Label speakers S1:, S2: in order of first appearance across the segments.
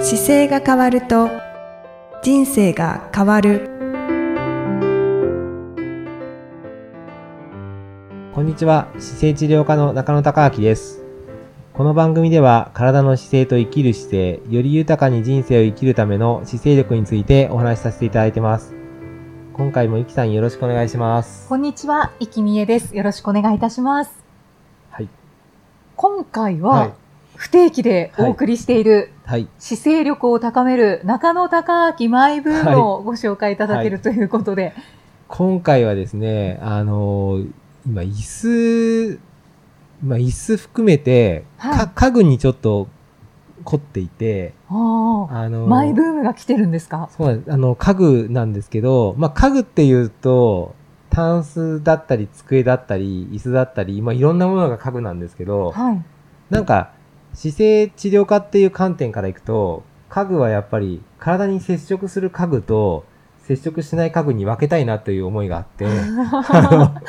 S1: 姿勢が変わると人生が変わる
S2: こんにちは、姿勢治療科の中野孝明です。この番組では、体の姿勢と生きる姿勢、より豊かに人生を生きるための姿勢力についてお話しさせていただいてます。今回もイキさんよろしくお願いします。
S3: こんにちは、いきみえです。よろしくお願いいたします。
S2: はい。
S3: 今回
S2: はい
S3: は、。不定期でお送りしている、
S2: はい。
S3: 姿勢力を高める中野隆明マイブームをご紹介いただけるということで、
S2: 今回はですね、あのー今、椅子、まあ、椅子含めて、
S3: はい
S2: か家具にちょっと凝っていて、
S3: おー
S2: あのー
S3: マイブームが来てるんですか
S2: そうなんです。あの、家具なんですけど、まあ、家具っていうと、タンスだったり、机だったり、椅子だったり、まあ、いろんなものが家具なんですけど、
S3: はい。
S2: なんか、姿勢治療科っていう観点からいくと、家具はやっぱり、体に接触する家具と、接触しない家具に分けたいなという思いが あって、
S3: は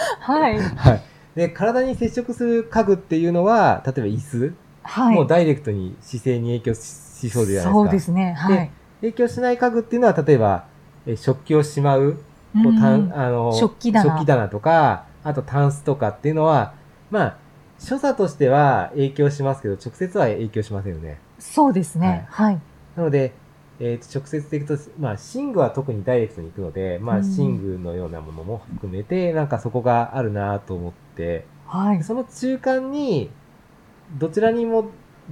S3: い。
S2: はい。で、体に接触する家具っていうのは、例えば椅子、
S3: はい。
S2: もうダイレクトに姿勢に影響ししそうじゃないですか。
S3: そうですね。はい。
S2: 影響しない家具っていうのは、例えば、え食器をしまうこうた
S3: うんん
S2: あの
S3: 食器棚
S2: とか、あとタンスとかっていうのは、まあ、所作としては影響しますけど、直接は影響しませんよね。
S3: そうですね。はい。
S2: なので、えーと直接的と、まあ、寝具は特にダイレクトに行くので、まあ、
S3: うん
S2: 寝具のようなものも含めて、なんかそこがあるなと思って、
S3: はい。
S2: その中間に、どちらにも、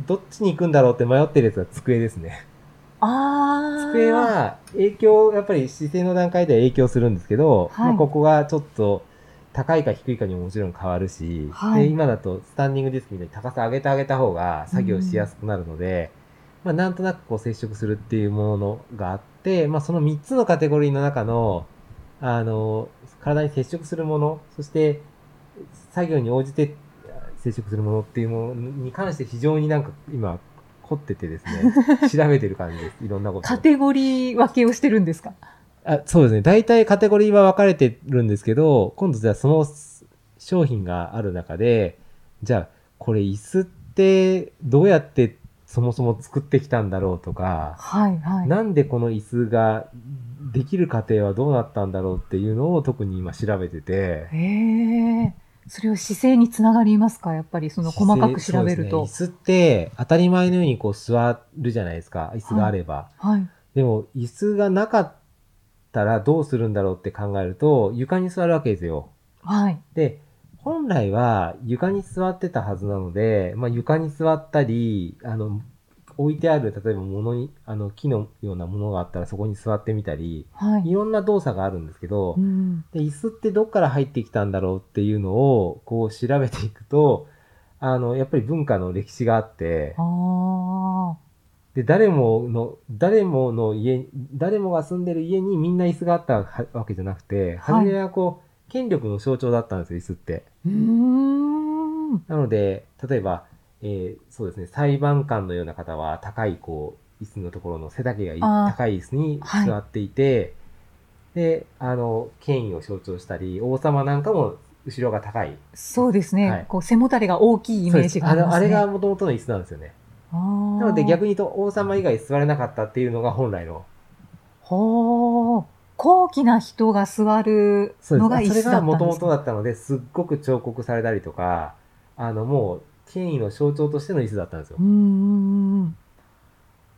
S2: どっちに行くんだろうって迷ってるやつは机ですね。
S3: あー。
S2: 机は影響、やっぱり姿勢の段階では影響するんですけど、
S3: はい
S2: まあここがちょっと高いか低いかにももちろん変わるし、
S3: はい
S2: で今だとスタンディングディスクみたいに高さ上げてあげた方が作業しやすくなるので、まあなんとなくこう接触するっていうものがあって、まあその3つのカテゴリーの中の、あの、体に接触するもの、そして作業に応じて接触するものっていうものに関して非常になんか今凝っててですね、 調べてる感じです。いろんなことを。
S3: カテゴリー分けをしてるんですか
S2: あそうですね。大体カテゴリーは分かれてるんですけど、今度じゃあその商品がある中で、じゃあこれ椅子ってどうやってそもそも作ってきたんだろうとか、
S3: はい、はい。
S2: なんでこの椅子ができる過程はどうなったんだろうっていうのを特に今調べてて。
S3: へえ。それは姿勢につながりますかやっぱりその細かく調べると。
S2: そうですね椅子って当たり前のようにこう座るじゃないですか。椅子があれば。
S3: はい。
S2: でも椅子がなかったらどうするんだろうって考えると床に座るわけですよ。
S3: はい。
S2: で、本来は床に座ってたはずなので、まあ、床に座ったり、あの、置いてある、例えば物に、あの、木のようなものがあったらそこに座ってみたり、
S3: はい。
S2: いろんな動作があるんですけど
S3: う、ん。
S2: で、椅子ってどっから入ってきたんだろうっていうのを、こう調べていくと、あの、やっぱり文化の歴史があって、
S3: あ
S2: で、誰もの、誰もの家、誰もが住んでる家にみんな椅子があったはわけじゃなくて、
S3: はい
S2: 初めはこう、権力の象徴だったんですよ、椅子って。
S3: あ。うーん。
S2: なので、例えば、えーそうですね、裁判官のような方は、高い、こう、椅子のところの背丈がいい
S3: あー
S2: 高い椅子に
S3: はい
S2: 座っていて、で、あの、権威を象徴したり、王様なんかも後ろが高い。
S3: そうですね。
S2: はい
S3: こう背もたれが大きいイメージがあ
S2: そう
S3: り
S2: です
S3: ま
S2: あ
S3: す
S2: れ
S3: ね。
S2: が元々の椅子なんですよね。
S3: あ
S2: な
S3: な
S2: ので逆
S3: に。
S2: に言うと、王様以外座れなかったっていうのが本来の。
S3: ほう。高貴な人が座るのが椅
S2: それ
S3: 子だった
S2: が
S3: んです
S2: 元
S3: ね
S2: 々だったので、すっごく彫刻されたりとか、あの、もう、権威の象徴としての椅子だったんですよ
S3: う。んうんうん。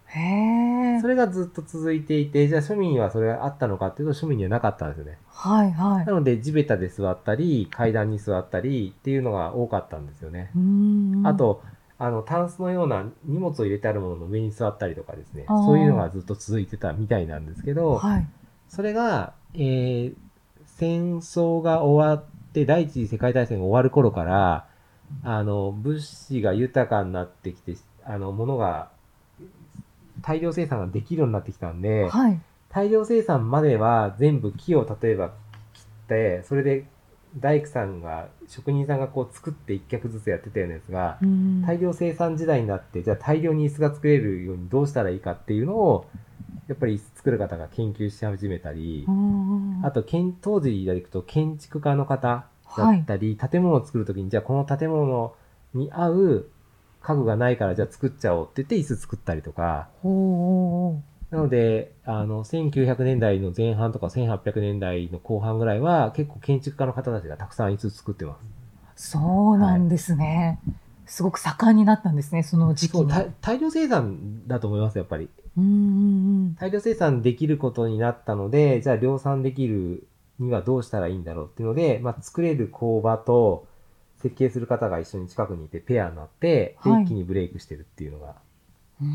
S3: へえ
S2: そ。れがずっと続いていて、じゃあ庶民にはそれがあったのかっていうと庶民にはなかったんですよね。
S3: はいはい
S2: な。ので地べたで座ったり、階段に座ったりっていうのが多かったんですよね。
S3: うんうん
S2: あ、と、あの、タンスのような荷物を入れてあるものの上に座ったりとかですね。
S3: あー
S2: そういうのがずっと続いてたみたいなんですけど、
S3: はい。
S2: それが、えー戦争が終わって、第一次世界大戦が終わる頃から、あの、物資が豊かになってきて、あの、物が、大量生産ができるようになってきたんで、
S3: はい。
S2: 大量生産までは全部木を例えば切って、それで大工さんが、職人さんがこう作って一脚ずつやってたようなやつが、
S3: うん
S2: 大量生産時代になって、じゃあ大量に椅子が作れるようにどうしたらいいかっていうのを、やっぱり椅子作る方が研究し始めたり
S3: う、んうん
S2: あと、建当時でいくと建築家の方だったり、建物を作るときに、じゃあこの建物に合う家具がないからじゃあ作っちゃおうって言って椅子作ったりとか、
S3: おうおうおう
S2: なので、あの、1900年代の前半とか1800年代の後半ぐらいは結構建築家の方たちがたくさん椅子作ってます。
S3: そうなんですね、すごく盛んになったんですね、その時期
S2: そう
S3: に。
S2: た大量生産だと思います、やっぱり。
S3: うんうんうん
S2: 大量生産できることになったので、じゃあ量産できるにはどうしたらいいんだろうっていうので、まあ、作れる工場と設計する方が一緒に近くにいてペアになって、で
S3: はい
S2: 一気にブレイクしてるっていうのが。
S3: うー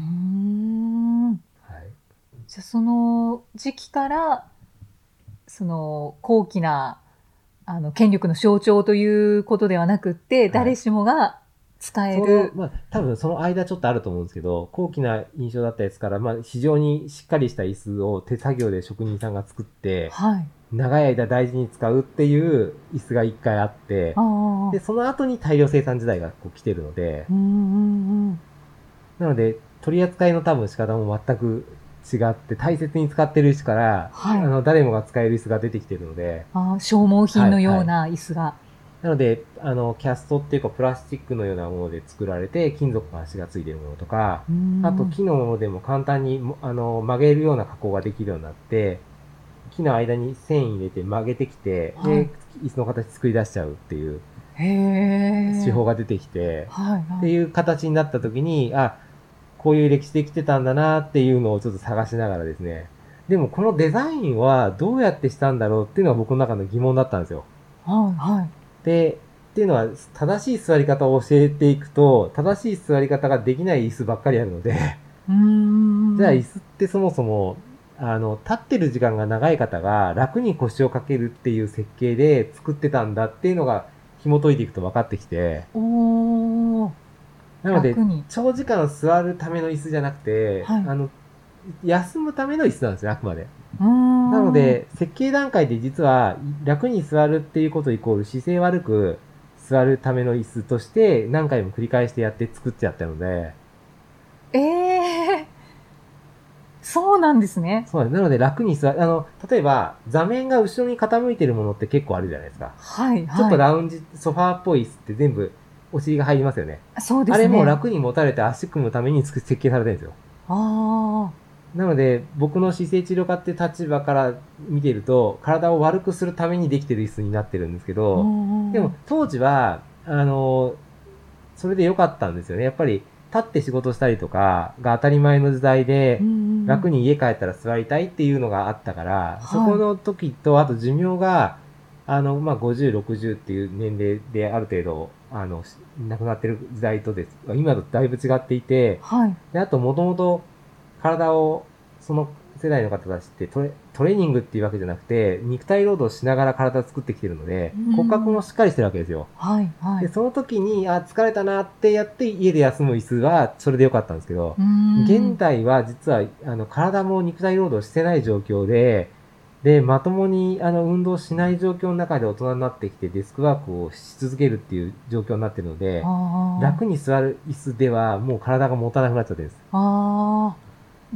S3: ん
S2: はい。
S3: じゃあその時期からその高貴なあの権力の象徴ということではなくって、
S2: い
S3: 誰しもが使え
S2: その
S3: る、
S2: まあ、多分その間ちょっとあると思うんですけど、高貴な印象だったやつから、まあ、非常にしっかりした椅子を手作業で職人さんが作って、
S3: はい、
S2: 長い間大事に使うっていう椅子が一回あって
S3: あ、あ
S2: で、その後に大量生産時代がこう来てるので、
S3: うんうんうん
S2: なので、取り扱いの多分仕方も全く違って、大切に使ってる椅子から、
S3: はい
S2: あの、誰もが使える椅子が出てきてるので、
S3: ああ消耗品のような椅子が、
S2: なので、あの、キャストっていうかプラスチックのようなもので作られて、金属の足がついてるものとか、
S3: うん
S2: あと木のものでも簡単にもあの曲げるような加工ができるようになって、木の間に繊維入れて曲げてきて、
S3: はい
S2: で、椅子の形作り出しちゃうっていう
S3: へえ
S2: 手法が出てきて、
S3: はい
S2: っ
S3: は
S2: て
S3: い
S2: いう形になった時に、あ、こういう歴史できてたんだなっていうのをちょっと探しながらですね。でもこのデザインはどうやってしたんだろうっていうのが僕の中の疑問だったんですよ。
S3: はいはい
S2: で、っていうのは正しい座り方を教えていくと、正しい座り方ができない椅子ばっかりあるので、
S3: うん
S2: じゃあ椅子ってそもそも、あの、立ってる時間が長い方が楽に腰をかけるっていう設計で作ってたんだっていうのが紐解いていくと分かってきて、
S3: おお
S2: なので
S3: 楽に
S2: 長時間座るための椅子じゃなくて、
S3: はい
S2: あの、休むための椅子なんですよ、あくまで。
S3: な
S2: なので、設計段階で実は楽に座るっていうことイコール姿勢悪く座るための椅子として何回も繰り返してやって作っちゃったので、
S3: ええそうなんですね。
S2: そうなんですなので楽に座る、あの、例えば座面が後ろに傾いてるものって結構あるじゃないですか。
S3: はい、はい。
S2: ちょっとラウンジ、ソファーっぽい椅子って全部お尻が入りますよね。
S3: そうで
S2: あ
S3: すね。
S2: れも楽に持たれて足組むために作設計されてるんですよ。
S3: あ
S2: なので、僕の姿勢治療家って立場から見てると、体を悪くするためにできてる椅子になってるんですけ
S3: あ。
S2: ど、
S3: うんうん
S2: でも、当時は、あの、それで良かったんですよね。やっぱり立って仕事したりとかが当たり前の時代で
S3: うん、うんうん
S2: 楽に家帰ったら座りたいっていうのがあったから、
S3: い
S2: そこの時と、あと寿命が、あの、まあ、50、60っていう年齢である程度、あの、し亡くなってる時代とです、今とだいぶ違っていて、
S3: はい。
S2: で、あと、もともと体を、その世代の方たちってトレトレーニングっていうわけじゃなくて、肉体労働しながら体作ってきてるので
S3: うん、
S2: 骨格もしっかりしてるわけですよ。
S3: はい。はい。
S2: で、その時に、あ、疲れたなってやって家で休む椅子はそれでよかったんですけど、
S3: うん
S2: 現代は実は、あの、体も肉体労働してない状況で、で、まともに、あの、運動しない状況の中で大人になってきてデスクワークをし続けるっていう状況になってるので、
S3: ああ
S2: 楽に座る椅子ではもう体が持たなくなっちゃってるんです。
S3: ああ。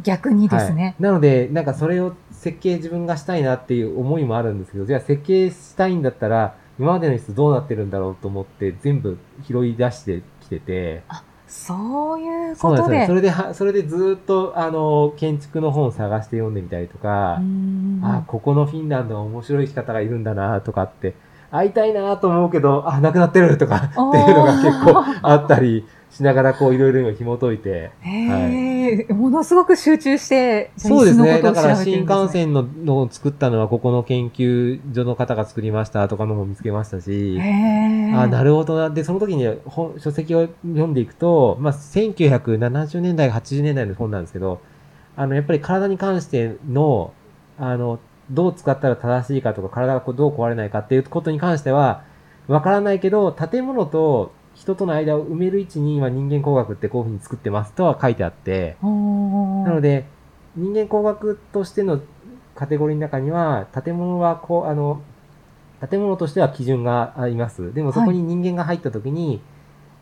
S3: 逆にですね。
S2: はい、なので、なんかそれを設計自分がしたいなっていう思いもあるんですけど、じゃあ設計したいんだったら、今までの椅子どうなってるんだろうと思って全部拾い出してきてて、
S3: そういう
S2: そう
S3: こ
S2: なん
S3: と
S2: ですよ
S3: で。
S2: ね。それでは、それでずーっと、あの、建築の本を探して読んでみたりとか、
S3: うんうんうん
S2: あ、ここのフィンランドは面白い方がいるんだなとかって、会いたいなと思うけど、あ、なくなってるとかっていうのが結構あったりしながら、こういろいろ今紐解いて、
S3: へえ、ものすごく集中して、じゃあ
S2: そうですね。
S3: 椅子の
S2: だ
S3: こ
S2: か
S3: とを
S2: ら
S3: 調べて
S2: 新
S3: るんですね
S2: 幹線ののを作ったのはここの研究所の方が作りましたとかのも見つけましたし、
S3: へえ。
S2: あな
S3: る
S2: るほどな。で、その時に本書籍を読んでいくと、まあ、1970年代、80年代の本なんですけど、あの、やっぱり体に関しての、あの、どう使ったら正しいかとか、体がこうどう壊れないかっていうことに関しては、わからないけど、建物と人との間を埋める位置に今人間工学ってこういうふうに作ってますとは書いてあって、な
S3: で、
S2: ので、人間工学としてのカテゴリーの中には、建物はこう、あの、建物としては基準があります。でもそこに人間が入った時に、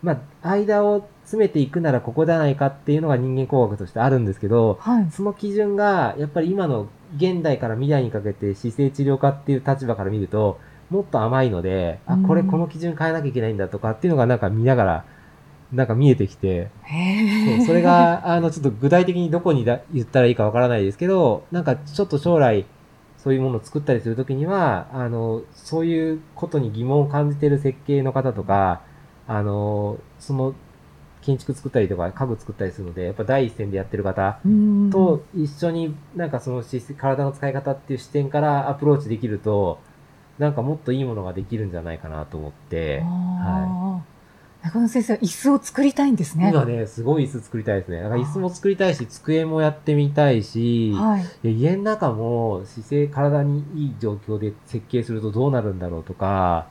S2: まあ、間を詰めていくならここじゃないかっていうのが人間工学としてあるんですけど、
S3: はい。
S2: その基準が、やっぱり今の現代から未来にかけて姿勢治療家っていう立場から見ると、もっと甘いので、あ、これ
S3: うん
S2: この基準変えなきゃいけないんだとかっていうのがなんか見ながらなんか見えてきて、
S3: へ
S2: そ
S3: え
S2: うそれ、が、 あの、ちょっと具体的にどこにだ言ったらいいかわからないですけど、なんかちょっと将来、そういうものを作ったりするときには、あの、そういうことに疑問を感じている設計の方とか、あの、その、建築作ったりとか家具作ったりするので、やっぱ第一線でやってる方
S3: うん
S2: と一緒になんかそのし体の使い方っていう視点からアプローチできると、なんかもっといいものができるんじゃないかなと思って、
S3: あー中野先生は椅子を作りたいんですね。
S2: 今ね、すごい椅子作りたいですね。だから椅子も作りたいし、机もやってみたいし、
S3: はい、
S2: で家の中も姿勢、体にいい状況で設計するとどうなるんだろうとか、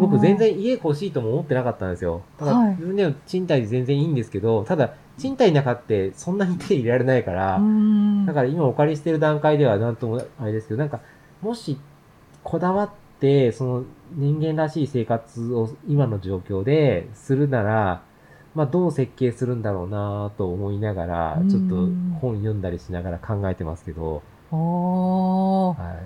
S2: 僕全然家欲しいとも思ってなかったんですよ。ただ、
S3: はい
S2: 自分でも賃貸で全然いいんですけど、ただ、賃貸の中ってそんなに手入れられないから、だから今お借りしてる段階ではなんともあれですけど、なんか、もし、こだわって、その人間らしい生活を今の状況でするなら、まあどう設計するんだろうなと思いながら
S3: う、ん
S2: ちょっと本読んだりしながら考えてますけど、
S3: らおー
S2: は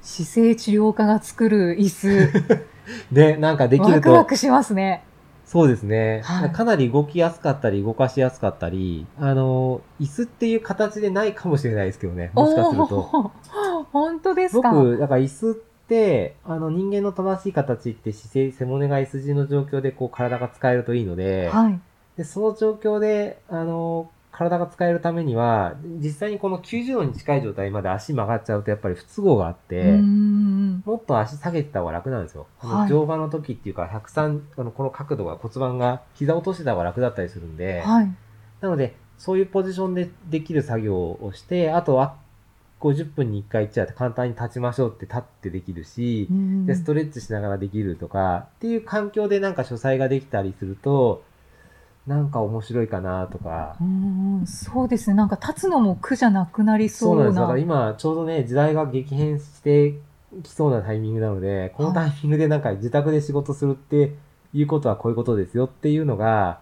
S3: 姿勢治療家が作る椅子
S2: い、で、なんかでき
S3: ワ
S2: る
S3: クワ
S2: と、
S3: クしますね。
S2: そうですね、
S3: はい
S2: かなり動きやすかったり、動かしやすかったり、あの、椅子っていう形でないかもしれないですけどね、もしかすると。
S3: おー本当ですか。
S2: 僕、だから椅子って、あの人間の正しい形って姿勢、背骨が S 字の状況でこう体が使えるといいので、
S3: はい。
S2: でその状況で、あの、体が使えるためには、実際にこの90度に近い状態まで足曲がっちゃうとやっぱり不都合があって、
S3: うーん
S2: もっと足下げてた方が楽なんですよ。あの
S3: はい
S2: 乗馬の時っていうか、103、あのこの角度が骨盤が膝落としてた方が楽だったりするんで、
S3: はい。
S2: なので、そういうポジションでできる作業をして、あとは50分に1回ちゃって簡単に立ちましょうって立ってできるし
S3: う、ん
S2: でストレッチしながらできるとか、っていう環境でなんか書斎ができたりすると、なんか面白いかなとか
S3: う。ーんそうですね。なんか立つのも苦じゃなくなり
S2: そ
S3: そ
S2: うなんで
S3: う
S2: す。だか
S3: な
S2: ら。今、ちょうどね、時代が激変してきそうなタイミングなので、このタイミングでなんか自宅で仕事するっていうことはこういうことですよっていうのが、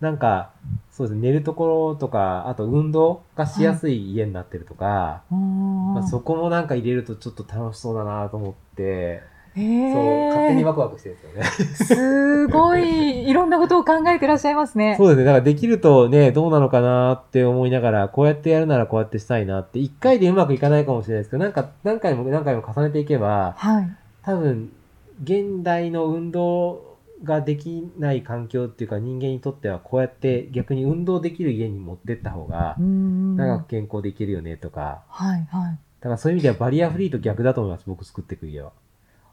S2: なんか、そうですね、寝るところとか、あと運動がしやすい家になってるとか、
S3: うーん
S2: まあ、そこもなんか入れるとちょっと楽しそうだなと思って、
S3: へ
S2: そう、勝手に
S3: ー
S2: ワクワクしてるんですよね。
S3: すごいいろんなことを考えてらっしゃいますね。
S2: そうですね。だからできるとね、どうなのかなって思いながら、こうやってやるならこうやってしたいなって、一回でうまくいかないかもしれないですけど、なんか何回も何回も重ねていけば、
S3: はい。
S2: 多分、現代の運動ができない環境っていうか人間にとっては、こうやって逆に運動できる家に持ってった方が
S3: うー、ん
S2: 長く
S3: は
S2: 健康でいけるよねとか、
S3: いはい。
S2: だからそういう意味ではバリアフリーと逆だと思います、僕作っていく家は。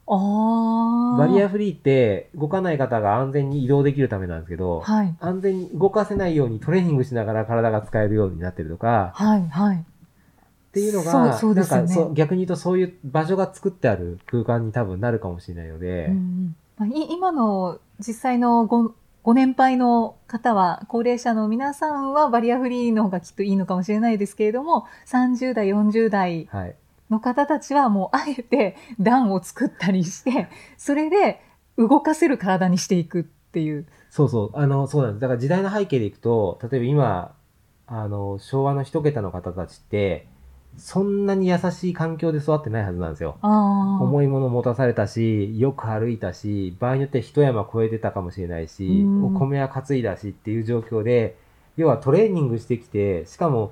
S3: ああ。
S2: バリアフリーって動かない方が安全に移動できるためなんですけど、
S3: はい
S2: 安全に動かせないようにトレーニングしながら体が使えるようになってるとか、
S3: はいはい。
S2: っていうのが、
S3: そうそうですよね
S2: なんかそう逆に言うとそういう場所が作ってある空間に多分なるかもしれないので、
S3: うんうんまあ、い今の実際のごご年配の方は高齢者の皆さんはバリアフリーの方がきっといいのかもしれないですけれども30代40代
S2: はい。
S3: の方たちはもうあえて 段を作ったりしてそれで動かせる体にしていくっていう。
S2: そうそう、あの、そうなんです。だから時代の背景でいくと、例えば今、あの、昭和の一桁の方たちって、そんなに優しい環境で育ってないはずなんですよ。
S3: あー
S2: 重いもの持たされたし、よく歩いたし、場合によっては一山越えてたかもしれないし、
S3: うん
S2: お米は担いだしっていう状況で、要はトレーニングしてきて、しかも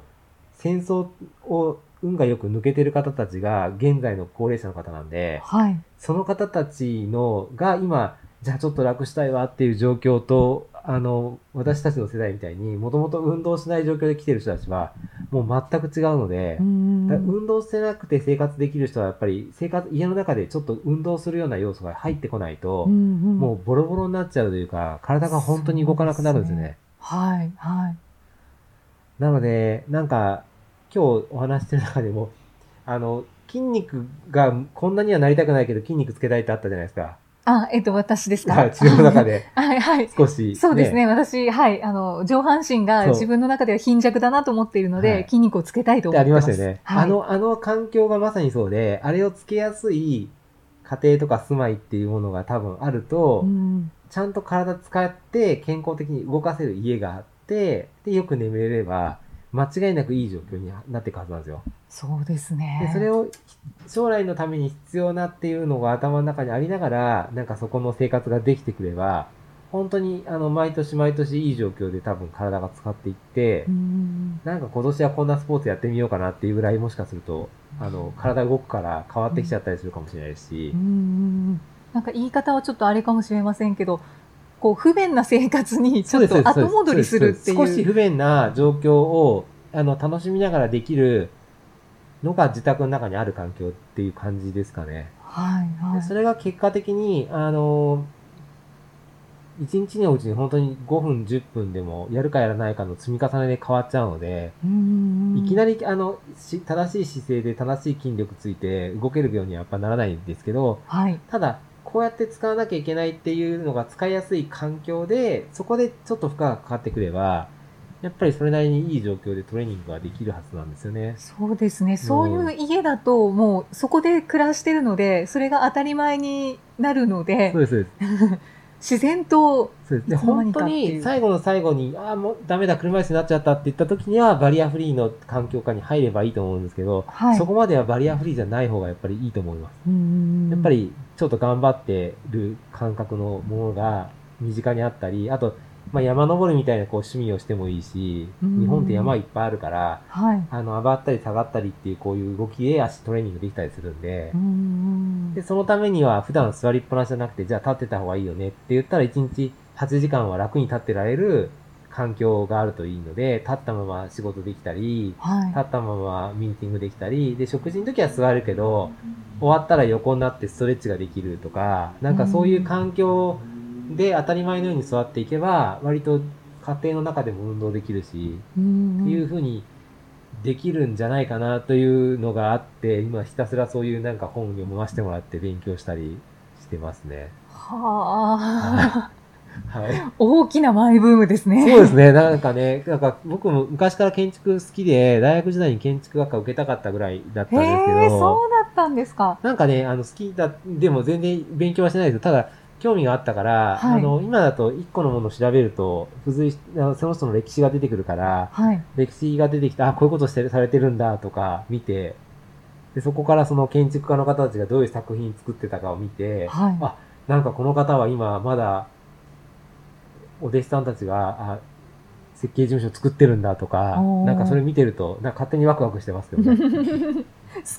S2: 戦争を運がよく抜けてる方たちが現在の高齢者の方なんで、
S3: はい、
S2: その方たちのが今、じゃあちょっと楽したいわっていう状況と、あの、私たちの世代みたいに、もともと運動しない状況で来てる人たちは、もう全く違うので、
S3: うん
S2: だから運動してなくて生活できる人はやっぱり生活家の中でちょっと運動するような要素が入ってこないと、
S3: うんうん
S2: もうボロボロになっちゃうというか体が本当に動かなくなるんですよね。
S3: はいはい
S2: なのでなんか今日お話ししてる中でもあの筋肉がこんなにはなりたくないけど筋肉つけたいってあったじゃないですか
S3: あえっと私ですか
S2: 治療の中で
S3: はいはい
S2: 少し、
S3: そうですね、私、はい、あの、上半身が
S2: そう
S3: 自分の中では貧弱だなと思っているので、
S2: はい
S3: 筋肉をつけたいと思
S2: って
S3: っ
S2: あ
S3: て
S2: り
S3: ま。
S2: ますしたよね。
S3: はい、
S2: あ、の、あの環境がまさにそうで、あれをつけやすい家庭とか住まいっていうものが多分あると、
S3: うん、
S2: ちゃんと体使って健康的に動かせる家があって、で、よく眠れれば、間違いなくいい状況になっていくはずなんですよ。
S3: そうです
S2: で
S3: ね。、
S2: それを将来のために必要なっていうのが頭の中にありながら、なんかそこの生活ができてくれば、本当に、あの、毎年毎年いい状況で多分体が使っていって、
S3: うん
S2: なんか今年はこんなスポーツやってみようかなっていうぐらいもしかすると、あの、体動くから変わってきちゃったりするかもしれないし
S3: うんう、んなんか言い方はちょっとあれかもしれませんけど、こう不便な生活にち
S2: そ
S3: ょ
S2: うで
S3: っ
S2: すそう
S3: と
S2: です
S3: 後戻りするってい
S2: そうです少し
S3: う。
S2: 不便な状況を、あの、楽しみながらできるのが自宅の中にある環境っていう感じですかね。
S3: はいは
S2: で
S3: い。
S2: それが結果的に、あの、1日のうちに本当に5分、10分でもやるかやらないかの積み重ねで変わっちゃうので、いきな
S3: り
S2: り、あの、し正しい姿勢で正しい筋力ついて動けるようにはやっぱならないんですけど、
S3: はい。
S2: ただ、こうやって使わなきゃいけないっていうのが使いやすい環境で、そこでちょっと負荷がかかってくれば、やっぱりそれなりにいい状況でトレーニングができるはずなんですよね。
S3: そうですね。そういう家だと、もうそこで暮らしてるので、それが当たり前になるので
S2: そう、です、そうです。
S3: 自然と、
S2: そうですで
S3: いつの間
S2: 本
S3: にか
S2: 当
S3: っていう
S2: に最後の最後に、ああ、もうダメだ、車椅子になっちゃったって言った時には、バリアフリーの環境下に入ればいいと思うんですけど、
S3: はい。
S2: そこまではバリアフリーじゃない方がやっぱりいいと思います。や
S3: や
S2: っぱ、りちょっと頑張ってる感覚のものが身近にあったり、あと、まあ、山登るみたいなこう趣味をしてもいいし、
S3: うん
S2: 日本って山いっぱいあるから、
S3: はい。
S2: あの、上がったり下がったりっていうこういう動きで足トレーニングできたりするんで
S3: う、ん
S2: で、そのためには普段座りっぱなしじゃなくて、じゃあ立ってた方がいいよねって言ったら1日8時間は楽に立ってられる環境があるといいので、立ったまま仕事できたり、
S3: はい。
S2: 立ったままミーティングできたり、で、食事の時は座るけど、終わったら横になってストレッチができるとか、なんかそういう環境で当たり前のように座っていけば、割と家庭の中でも運動できるし、
S3: うん
S2: っていう風にできるんじゃないかなというのがあって、今ひたすらそういうなんか本を読ませてもらって勉強したりしてますね。
S3: はあ、
S2: はい。
S3: 大きなマイブームですね。
S2: そうですね。なんかね、なんか僕も昔から建築好きで、大学時代に建築学科受けたかったぐらいだったん
S3: へ
S2: ですけど、
S3: え、そうだったんですか。
S2: なんかね、あの、好きだ、でも全然勉強はしてないですよただ、興味があったから、
S3: はい
S2: あの、今だと一個のものを調べると、付随し、あのその人の歴史が出てくるから、
S3: はい。
S2: 歴史が出てきて、あ、こういうことしてる、されてるんだ、とか、見て、で、そこからその建築家の方たちがどういう作品作ってたかを見て、
S3: はい。
S2: あなんかこの方は今、まだ、お弟子さんたちが、あ、設計事務所作ってるんだとか、
S3: おー
S2: なんかそれ見てると、なんか勝手にワクワクしてますけどね。
S3: 好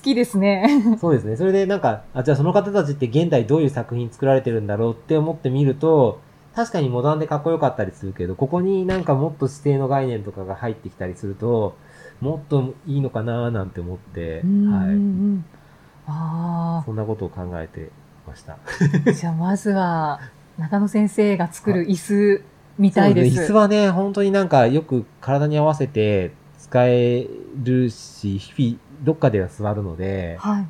S3: きですね。
S2: そうですね。それでなんか、あ、じゃあその方たちって現代どういう作品作られてるんだろうって思ってみると、確かにモダンでかっこよかったりするけど、ここになんかもっと指定の概念とかが入ってきたりすると、もっといいのかなーなんて思って、
S3: うんうんう
S2: はい。
S3: んあ
S2: そんなことを考えてました。
S3: あ、じゃあまずは中野先生が作る椅子みたいです。
S2: そうね椅子はね、本当になんかよく体に合わせて使えるし、日々どっかでは座るので、
S3: は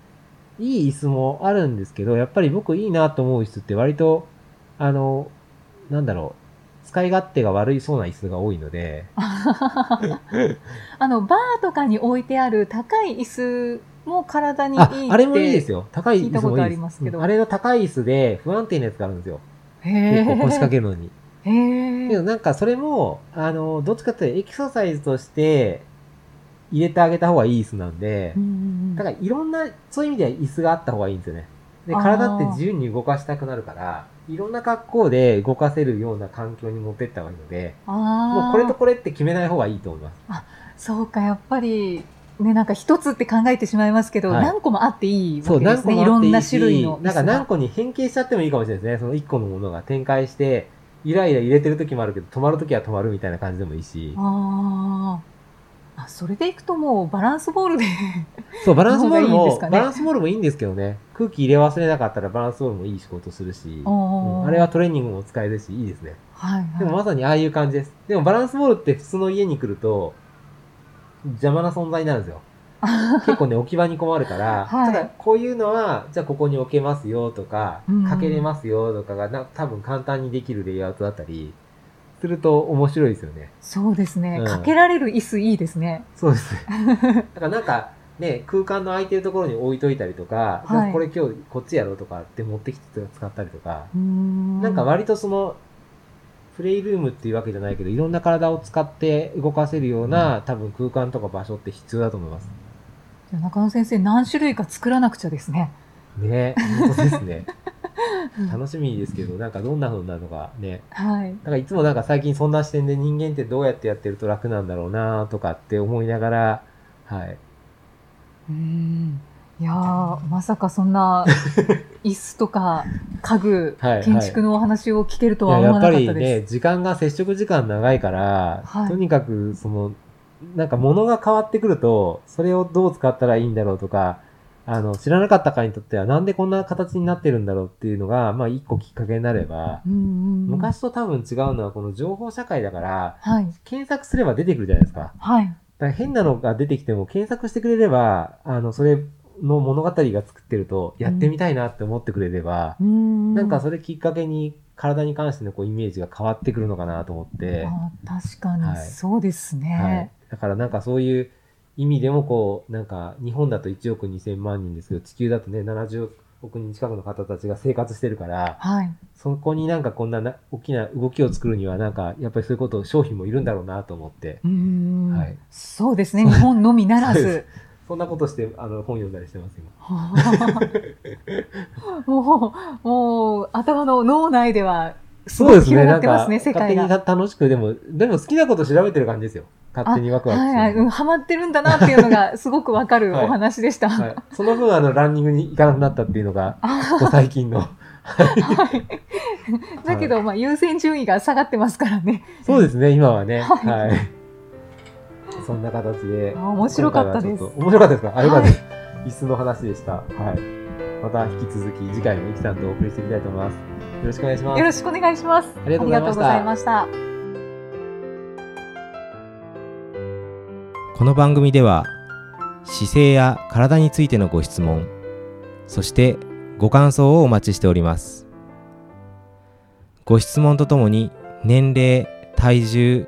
S3: い。
S2: いい椅子もあるんですけど、やっぱり僕いいなと思う椅子って割と、あの、なんだろう、使い勝手が悪いそうな椅子が多いので、
S3: あのバーとかに置いてある高い椅子も体にいいっ
S2: あ
S3: て。、
S2: あれもいいです
S3: よ。
S2: よ。高い
S3: 聞い
S2: 椅
S3: たこ
S2: 子もい
S3: とあ
S2: い
S3: り
S2: で。
S3: ますす
S2: う
S3: けど
S2: んあれの高い椅子で不安定なやつがあるんですよ。
S3: へ
S2: 結構
S3: え
S2: 腰掛。けるのに。
S3: へえ
S2: けどなんかそれも、あの、どっちかというとエクササイズとして入れてあげた方がいい椅子なんで
S3: う、んうんうん
S2: だからいろんな、そういう意味では椅子があった方がいいんですよね。で、
S3: あー
S2: 体って自由に動かしたくなるから、いろんな格好で動かせるような環境に持ってった方がいいので、
S3: あー
S2: もうこれとこれって決めない方がいいと思います。
S3: そうか、やっぱり、ね、なんか一つって考えてしまいますけど、
S2: はい
S3: 何個もあっていいわ
S2: そう、
S3: けで
S2: 何
S3: す
S2: 個
S3: ね。
S2: も
S3: い
S2: あ
S3: ろ
S2: って
S3: ん
S2: い
S3: ない種類
S2: し
S3: の。、
S2: なんか何個に変形しちゃってもいいかもしれないですね。その1個のものが展開して、イライラ入れてる時もあるけど、止まる時は止まるみたいな感じでもいいし、
S3: あーあ。それでいくともうバランスボールで
S2: そう、バランスボール
S3: の方がいいんで
S2: も、
S3: すかね
S2: バランスボールもいいんですけどね、空気入れ忘れなかったらバランスボールもいい仕事するし、うん
S3: あ
S2: あれは、トレーニングも使えるし、いいですね。
S3: はい
S2: でも
S3: は
S2: まさにああいう感じです。でもバランスボールって普通の家に来ると、邪魔な存在になるんで すよ。結構ね、置き場に困るから、
S3: はい
S2: ただこういうのは、じゃあここに置けますよとか
S3: うん、
S2: かけれますよとかがな、多分簡単にできるレイアウトだったり、すると面白いですよね。
S3: い、そうですね、
S2: うん
S3: かけられる椅子いいですね
S2: そう ですね。だからなんか、ね、空間の空いてるところに置いといたりとか、
S3: はい
S2: じゃあこれ今日こっちやろうとかって持ってきて使ったりとか、
S3: な
S2: なんか割とその、プレイルームっていうわけじゃないけど、いろんな体を使って動かせるような、多分空間とか場所って必要だと思います。
S3: 中野先生何種類か作らなくちゃですね
S2: ね、本当ですね。 楽しみですけど、なんかどんな風になるのかね。
S3: はい。
S2: なんかいつもなんか最近そんな視点で人間ってどうやってやってると楽なんだろうなとかって思いながら、はい。
S4: うん
S3: いやーまさかそん な椅子とか家具、
S2: はいはい
S3: 建築のお話を聞けるとはい思
S2: やや
S3: わ
S2: っ
S3: な
S2: ぱ
S3: かっ
S2: り
S3: たです。
S2: ね、時間が接触時間長いから、
S3: はい
S2: とにかくその、なんか物が変わってくると、それをどう使ったらいいんだろうとか、あの、知らなかったかにとっては、なんでこんな形になってるんだろうっていうのが、まあ一個きっかけになれば、
S3: うんうんうん
S2: 昔と多分違うのはこの情報社会だから、
S3: はい
S2: 検索すれば出てくるじゃないですか。
S3: はい
S2: だから変なのが出てきても検索してくれれば、あの、それの物語が作ってると、やってみたいなって思ってくれれば、
S3: うん
S2: なんかそれきっかけに体に関してのこうイメージが変わってくるのかなと思って、
S3: あ確か
S2: は
S3: に
S2: い
S3: そうですね。
S2: はい。だからなんかそういう意味でもこう、なんか日本だと1億2000万人ですけど、地球だとね、70億人近くの方たちが生活してるから、
S3: はい
S2: そこになんかこんなな大きな動きを作るには、なんかやっぱりそういうことを商品もいるんだろうなと思って、
S3: うん
S2: はい
S3: そうですね日本のみなら
S2: そう
S3: ず
S2: で。そんなことしてあの本読んだりしてます、今。
S3: もうもう頭の脳内ではす
S2: そう
S3: ご
S2: で
S3: い
S2: す
S3: 広が
S2: ね。な
S3: っ
S2: ん
S3: て
S2: か、
S3: ますね世
S2: 勝手
S3: 界
S2: に
S3: が。
S2: た楽しく、でも、でも好きなこと調べてる感じですよ。勝手にワクワク
S3: はいはい、
S2: して
S3: うん、ハマってるんだなっていうのがすごくわかる
S2: はい
S3: お話でした。
S2: はいその分、あの、ランニングに行かなくなったっていうのが、
S3: あ
S2: ここ最近 の。
S3: だけど、まあ、優先順位が下がってますからね。
S2: そうですね、今はね。
S3: はい
S2: はい。そんな形で。
S3: あ面白かったです
S2: 今回はちょと面白かったですかあ、よかったです。椅子の話でした。はい。また引き続き、次回もゆきさんとお送りしていきたいと思います。よろしくお願いします
S3: よ。ろしくお願いします。
S2: ありがとうございました
S3: ありがとうございました。
S5: この番組では姿勢や体についてのご質問そしてご感想をお待ちしておりますご質問とともに年齢体重